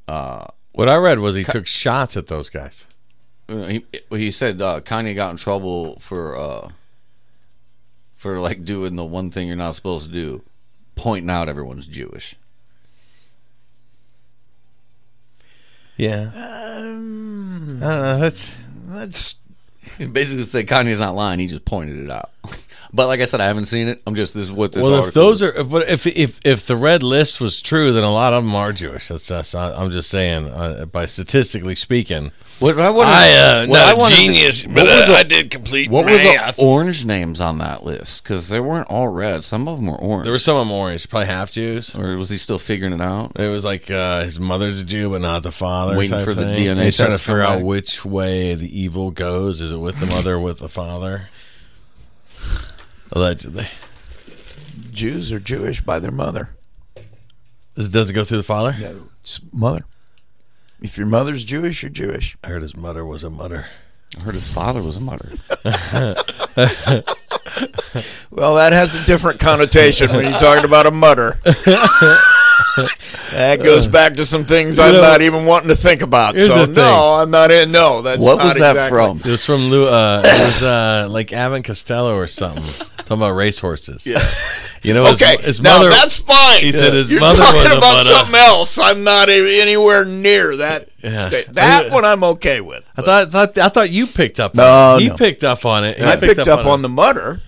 Speaker 2: what i read was he took shots at those guys
Speaker 3: you know, he he said uh, Kanye got in trouble for uh, for like doing the one thing you're not supposed to do, pointing out everyone's Jewish.
Speaker 2: yeah i don't know that's
Speaker 1: That's
Speaker 3: He basically said Kanye's not lying; he just pointed it out. but like I said, I haven't seen it. I'm just this is what this.
Speaker 2: well if
Speaker 3: article
Speaker 2: those
Speaker 3: is.
Speaker 2: are if, but if if if the red list was true then a lot of them are jewish that's, that's i'm just saying uh, by statistically speaking
Speaker 3: what I wanted,
Speaker 2: i uh
Speaker 3: what I
Speaker 2: not
Speaker 3: wanted to-
Speaker 2: genius but uh, i did complete
Speaker 3: what were the
Speaker 2: math.
Speaker 3: orange names on that list? Because they weren't all red. Some of them were orange.
Speaker 2: there were some of them orange probably half jews
Speaker 3: or was he still figuring it out?
Speaker 2: It was like uh, his mother's a Jew, but not the father.
Speaker 3: Waiting
Speaker 2: type
Speaker 3: for the
Speaker 2: thing.
Speaker 3: DNA
Speaker 2: He's trying to
Speaker 3: test to
Speaker 2: figure
Speaker 3: come
Speaker 2: out
Speaker 3: back.
Speaker 2: which way the evil goes. Is it with the mother, or with the father? Allegedly,
Speaker 1: Jews are Jewish by their mother.
Speaker 2: This- does it go through the father?
Speaker 1: It's mother. If your mother's Jewish, you're Jewish.
Speaker 2: I heard his mother was a mutter.
Speaker 3: I heard his father was a mutter.
Speaker 1: Well, that has a different connotation when you're talking about a mutter. that goes back to some things I'm
Speaker 2: Uh, know-
Speaker 1: not even wanting to think about.
Speaker 2: Here's
Speaker 1: So
Speaker 2: the thing.
Speaker 1: no, I'm not in. No, that's
Speaker 3: what was
Speaker 1: not
Speaker 3: that
Speaker 1: exactly-
Speaker 3: from?
Speaker 2: It was from Lou. Uh, it was uh, like Avon Costello or something. Talking about racehorses. Yeah, you know. his-
Speaker 1: Okay,
Speaker 2: his,
Speaker 1: now
Speaker 2: mother.
Speaker 1: that's fine.
Speaker 2: he said his
Speaker 1: You're
Speaker 2: mother
Speaker 1: talking
Speaker 2: was a
Speaker 1: about
Speaker 2: mutter.
Speaker 1: something else. I'm not a- anywhere near that.
Speaker 2: Yeah.
Speaker 1: State. That
Speaker 2: I-
Speaker 1: one I'm okay with.
Speaker 2: I thought, thought I thought you picked up.
Speaker 1: No,
Speaker 2: on it. he
Speaker 1: no.
Speaker 2: picked up on it. He
Speaker 1: I picked up
Speaker 2: it.
Speaker 1: on the mutter.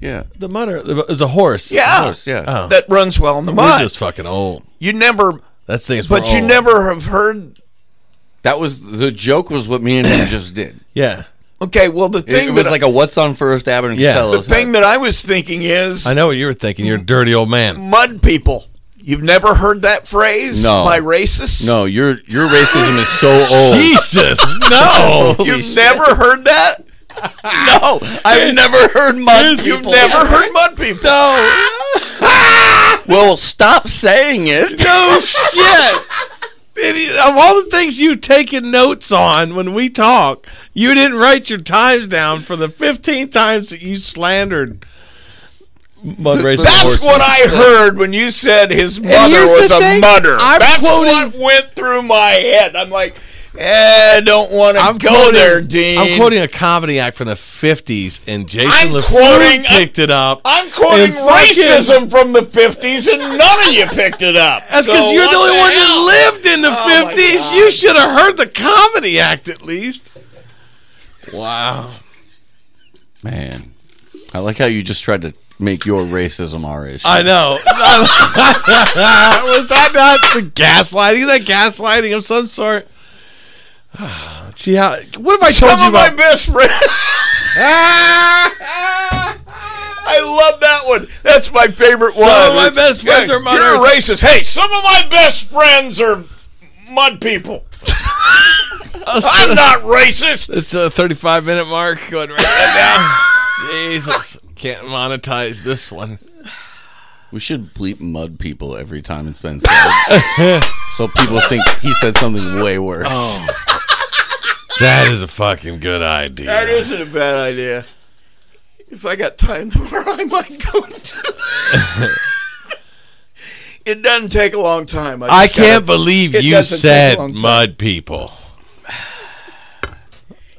Speaker 3: Yeah,
Speaker 2: the mutter. It was a horse.
Speaker 1: Yeah,
Speaker 3: yeah.
Speaker 2: Oh.
Speaker 1: that runs well in the
Speaker 2: We're
Speaker 1: mud.
Speaker 2: just fucking old.
Speaker 1: you never,
Speaker 2: That's things.
Speaker 1: but you never have heard.
Speaker 3: That was the joke. Was what me and him just did.
Speaker 2: Yeah,
Speaker 1: Okay, well the
Speaker 3: It,
Speaker 1: thing
Speaker 3: it was
Speaker 1: that
Speaker 3: like a what's on first Avenue
Speaker 2: Yeah.
Speaker 3: Costello's
Speaker 1: the thing that I was thinking is
Speaker 2: I know what you were thinking. You're a dirty old man.
Speaker 1: mud people. You've never heard that phrase
Speaker 3: No.
Speaker 1: by racists.
Speaker 3: No, your your racism is so old.
Speaker 2: Jesus, no.
Speaker 3: Holy
Speaker 1: you've
Speaker 3: shit.
Speaker 1: never heard that.
Speaker 3: No, I've never heard mud
Speaker 1: You've
Speaker 3: people.
Speaker 1: never heard mud people. No,
Speaker 3: Well, stop saying it.
Speaker 1: no Oh, shit.
Speaker 2: Idiot. Of all the things you've taken notes on when we talk, you didn't write your times down for the 15 times that you slandered mud racing
Speaker 1: That's
Speaker 2: horses.
Speaker 1: what I heard when you said his mother
Speaker 2: here's
Speaker 1: was
Speaker 2: the
Speaker 1: a
Speaker 2: thing,
Speaker 1: mother.
Speaker 2: I'm
Speaker 1: That's
Speaker 2: quoting-
Speaker 1: what went through my head. I'm like, eh, don't want to
Speaker 2: I'm
Speaker 1: go
Speaker 2: quoting,
Speaker 1: there, Dean.
Speaker 2: I'm quoting a comedy act from the 50s, and Jason
Speaker 1: I'm
Speaker 2: LeFleur
Speaker 1: quoting- Oh,
Speaker 2: picked it up.
Speaker 1: I'm quoting
Speaker 2: And fucking-
Speaker 1: racism from the 50s, and none of you picked it up.
Speaker 2: That's because
Speaker 1: So
Speaker 2: you're
Speaker 1: what
Speaker 2: the only one
Speaker 1: hell?
Speaker 2: that lived in the
Speaker 1: Oh, my
Speaker 2: 50s. You should have heard the comedy act at least. Wow.
Speaker 3: Man, I like how you just tried to make your racism our issue.
Speaker 2: I know. Was that not the gaslighting? That gaslighting of some sort. See how? What if I
Speaker 1: Some
Speaker 2: told you
Speaker 1: of my
Speaker 2: about?
Speaker 1: best friends. I love that one. That's my favorite
Speaker 2: Some
Speaker 1: one.
Speaker 2: of my best friends
Speaker 1: Yeah,
Speaker 2: are mud
Speaker 1: You're a
Speaker 2: racists.
Speaker 1: racist. Hey, some of my best friends are mud people. I'm not racist.
Speaker 2: It's a 35 minute mark going right now. Jesus, can't monetize this one.
Speaker 3: we should bleep mud people every time it's been said, so people think he said something way worse.
Speaker 2: That is a fucking good idea.
Speaker 1: That isn't a bad idea. If I got time tomorrow, I might go to It doesn't take a long time.
Speaker 2: I
Speaker 1: just gotta-
Speaker 2: can't believe
Speaker 1: it
Speaker 2: you
Speaker 1: doesn't take
Speaker 2: said
Speaker 1: a long time.
Speaker 2: mud people.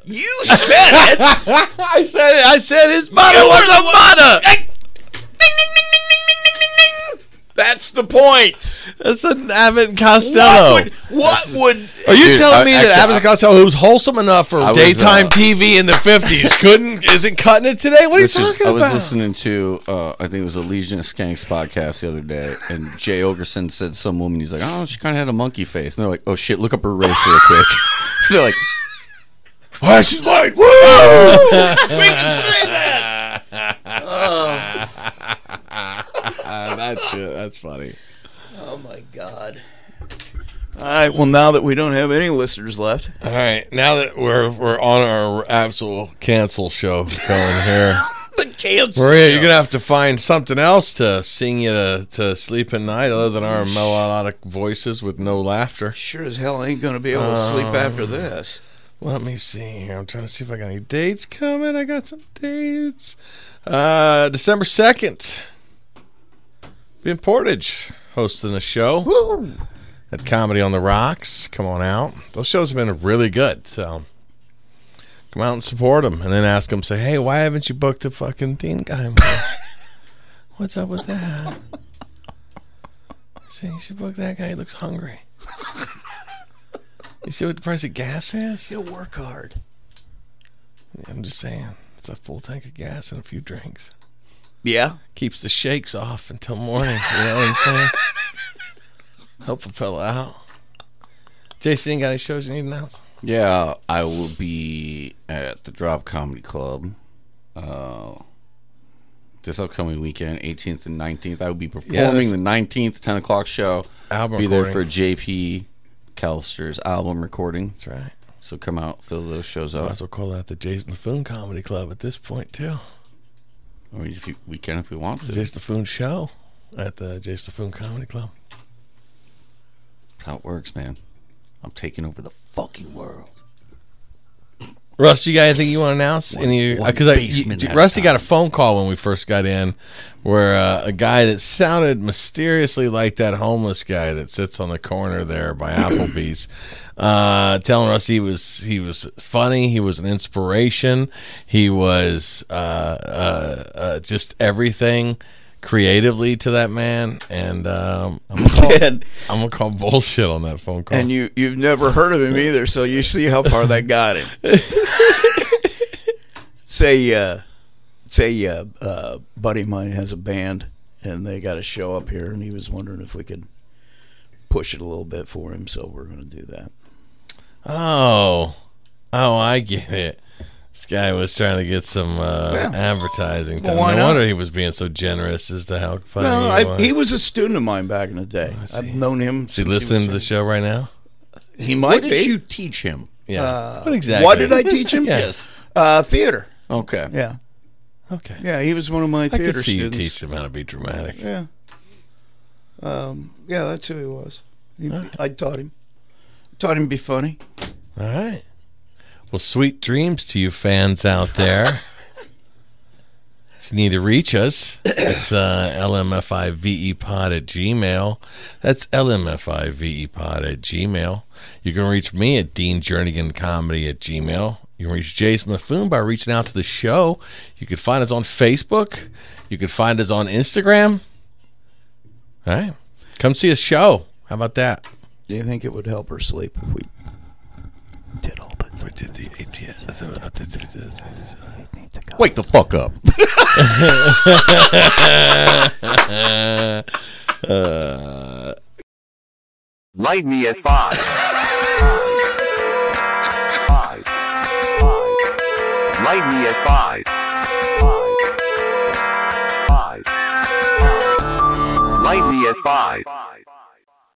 Speaker 1: You said it.
Speaker 2: I said it. I said his mother
Speaker 1: You
Speaker 2: was
Speaker 1: were the
Speaker 2: a mother.
Speaker 1: Ding, ding, ding, ding, ding, ding, ding, ding, ding. That's the point.
Speaker 2: That's an Abbott and Costello.
Speaker 1: What would? What would
Speaker 2: Are you
Speaker 3: Dude,
Speaker 2: telling
Speaker 3: I-
Speaker 2: me that
Speaker 3: actually,
Speaker 2: Abbott and Costello, who's wholesome enough for
Speaker 3: was,
Speaker 2: daytime
Speaker 3: uh,
Speaker 2: TV in the fifties, couldn't isn't cutting it today? What are you
Speaker 3: This is-
Speaker 2: talking
Speaker 3: I was
Speaker 2: about?
Speaker 3: listening to, uh, I think it was a Legion of Skanks podcast the other day, and Jay Ogerson said some woman, he's like, oh, she kind of had a monkey face. And they're like, oh shit, look up her race real quick. they're like,
Speaker 1: Why she's like, woo! we can say that. Oh.
Speaker 2: that's that's funny.
Speaker 1: Oh my god. All right. Well, now that we don't have any listeners left,
Speaker 2: All right, now that we're we're on our absolute cancel show going here,
Speaker 1: the cancel.
Speaker 2: Maria, you're gonna have to find something else to sing you to, to sleep at night, other than our melodic voices with no laughter.
Speaker 1: Sure as hell ain't gonna be able to sleep after this.
Speaker 2: Let me see here. I'm trying to see if I got any dates coming. I got some dates. Uh, December 2nd, Ben Portage hosting a show at Comedy on the Rocks. Come on out. Those shows have been really good. So come out and support them and then ask them, say, hey, why haven't you booked a fucking Dean guy? more?" What's up with that? Say, you should book that guy. He looks hungry. You see what the price of gas is?
Speaker 1: You'll work hard.
Speaker 2: I'm just saying, it's a full tank of gas and a few drinks.
Speaker 1: Yeah.
Speaker 2: Keeps the shakes off until morning. You know what I'm saying? Help a fella out. Jason, you got any shows you need to announce?
Speaker 3: yeah, I will be at the Drop Comedy Club uh, this upcoming weekend, 18th and 19th. I will be performing
Speaker 2: that's-
Speaker 3: the 19th, 10 o'clock show.
Speaker 2: Album
Speaker 3: be there for
Speaker 2: recording.
Speaker 3: JP Callister's album recording.
Speaker 2: That's right.
Speaker 3: So come out, fill those shows
Speaker 2: Might
Speaker 3: out.
Speaker 2: as well call that the Jason LaFoon Comedy Club at this point, too.
Speaker 3: Or if you, we can if we want to.
Speaker 2: The Jason LaFoon Show at the Jason LaFoon Comedy Club.
Speaker 3: That's how it works, man. I'm taking over the fucking world.
Speaker 2: Russ, you got anything you want to announce? Any uh,
Speaker 3: one
Speaker 2: because
Speaker 3: basement at a
Speaker 2: Rusty got a phone call when we first got in, where uh, a guy that sounded mysteriously like that homeless guy that sits on the corner there by Applebee's, uh, telling us he was he was funny, he was an inspiration, he was uh, uh, uh, just everything creatively to that man, and um, I'm, gonna call,
Speaker 1: And
Speaker 2: I'm gonna call bullshit on that phone call.
Speaker 1: and you you've never heard of him either, so you see how far that got him. say uh, say uh, uh, buddy of mine has a band, and they got a show up here, and he was wondering if we could push it a little bit for him, so we're going to do that.
Speaker 2: Oh, oh, I get it. This guy was trying to get some uh, advertising.
Speaker 1: Well,
Speaker 2: time.
Speaker 1: why
Speaker 2: no
Speaker 1: not?
Speaker 2: wonder he was being so generous as to how funny
Speaker 1: No,
Speaker 2: he
Speaker 1: I,
Speaker 2: was.
Speaker 1: he was a student of mine back in the day. I've known him.
Speaker 2: Oh, Is he listening to the show right now?
Speaker 1: He might
Speaker 3: What did
Speaker 1: be.
Speaker 3: you teach him?
Speaker 2: Yeah.
Speaker 1: Uh,
Speaker 2: what exactly?
Speaker 1: What did I teach him?
Speaker 2: Yeah.
Speaker 1: uh, theater.
Speaker 3: Okay.
Speaker 1: Yeah,
Speaker 2: Okay.
Speaker 1: yeah. He was one of my
Speaker 2: I could
Speaker 1: theater
Speaker 2: see
Speaker 1: students.
Speaker 2: you teach him how to be dramatic.
Speaker 1: Yeah. Um, yeah, that's who he was. He, I taught him. Taught him to be funny.
Speaker 2: All right. Well, sweet dreams to you fans out there. if you need to reach us, it's uh, lmfivepod at gmail. That's lmfivepod at gmail. You can reach me at deanjourneygancomedy at gmail. You can reach Jason LaFoon by reaching out to the show. You can find us on Facebook. You can find us on Instagram. All right. Come see a show. How about that?
Speaker 1: Do you think it would help her sleep if we did all this?
Speaker 2: We did the ATS.
Speaker 3: Wake the fuck up.
Speaker 4: Light me at five. Five. Five. Light me at five. Five. Five. Light me at five.